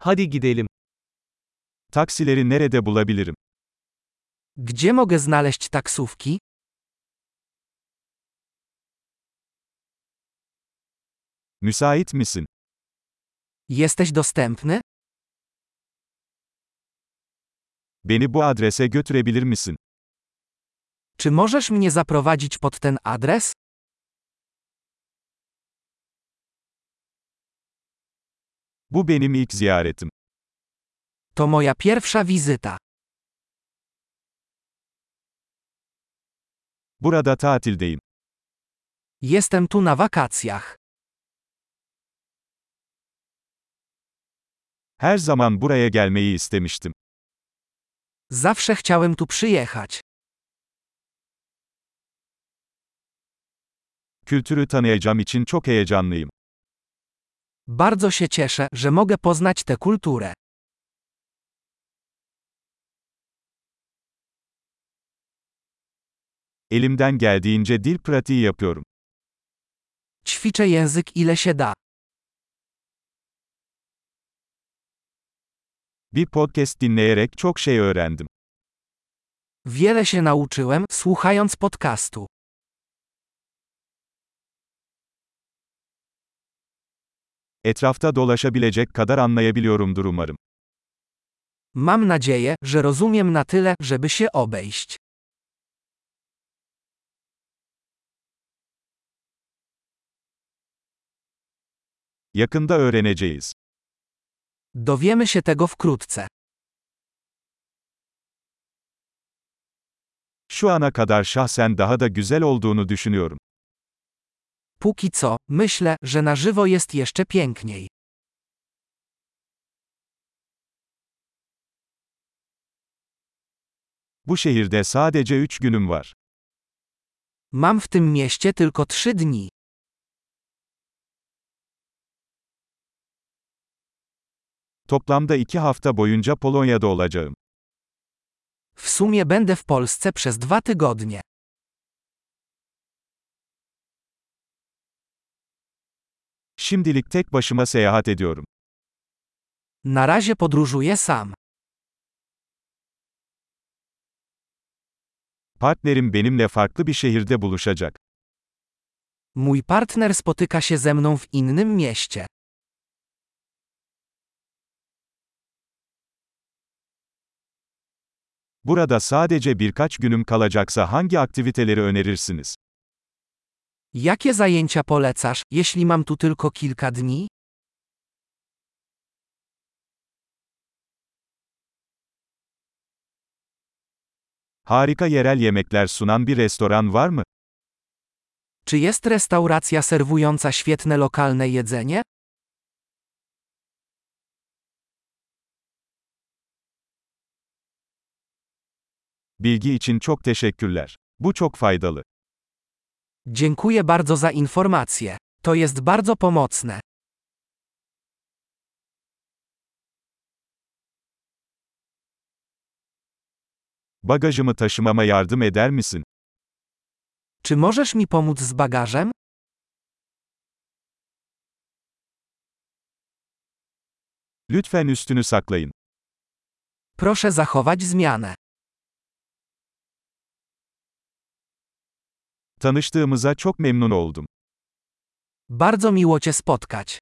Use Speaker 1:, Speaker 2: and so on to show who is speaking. Speaker 1: Hadi gidelim. Taksileri nerede bulabilirim?
Speaker 2: Gdzie mogę znaleźć taksówki?
Speaker 1: Müsait misin?
Speaker 2: Jesteś dostępny?
Speaker 1: Beni bu adrese götürebilir misin?
Speaker 2: Czy możesz mnie zaprowadzić pod ten adres?
Speaker 1: Bu benim ilk ziyaretim.
Speaker 2: To moja pierwsza wizyta.
Speaker 1: Burada tatildeyim.
Speaker 2: Jestem tu na wakacjach.
Speaker 1: Her zaman buraya gelmeyi istemiştim.
Speaker 2: Zawsze chciałem tu przyjechać.
Speaker 1: Kültürü tanıyacağım için çok heyecanlıyım.
Speaker 2: Bardzo się cieszę, że mogę poznać tę kulturę.
Speaker 1: Elimden geldiğince dil pratiği yapıyorum.
Speaker 2: Ćwiczę język ile się da.
Speaker 1: Bir podcast dinleyerek çok şey öğrendim.
Speaker 2: Wiele się nauczyłem, słuchając podcastu.
Speaker 1: Etrafta dolaşabilecek kadar anlayabiliyorumdur umarım.
Speaker 2: Mam nadzieję, że rozumiem na tyle, żeby się obejść.
Speaker 1: Yakında öğreneceğiz.
Speaker 2: Dowiemy się tego wkrótce.
Speaker 1: Şu ana kadar şahsen daha da güzel olduğunu düşünüyorum.
Speaker 2: Póki co, myślę, że na żywo jest jeszcze piękniej.
Speaker 1: Bu şehirde sadece 3 günüm var.
Speaker 2: Mam w tym mieście tylko trzy dni.
Speaker 1: Toplamda 2 hafta boyunca Polonya'da olacağım.
Speaker 2: W sumie będę w Polsce przez dwa tygodnie.
Speaker 1: Şimdilik tek başıma seyahat ediyorum.
Speaker 2: Na razie podróżuję sam.
Speaker 1: Partnerim benimle farklı bir şehirde buluşacak.
Speaker 2: Mój partner spotyka się ze mną w innym mieście.
Speaker 1: Burada sadece birkaç günüm kalacaksa hangi aktiviteleri önerirsiniz?
Speaker 2: Jakie zajęcia polecasz, jeśli mam tu tylko kilka dni?
Speaker 1: Harika yerel yemekler sunan bir restoran var mı?
Speaker 2: Czy jest restauracja serwująca świetne lokalne jedzenie?
Speaker 1: Bilgi için çok teşekkürler. Bu çok faydalı.
Speaker 2: Dziękuję bardzo za informację. To jest bardzo pomocne.
Speaker 1: Bagajımı taşımama yardım eder misin?
Speaker 2: Czy możesz mi pomóc z bagażem?
Speaker 1: Lütfen üstünü saklayın.
Speaker 2: Proszę zachować zmianę.
Speaker 1: Tanıştığımıza çok memnun oldum.
Speaker 2: Bardzo miło Cię spotkać.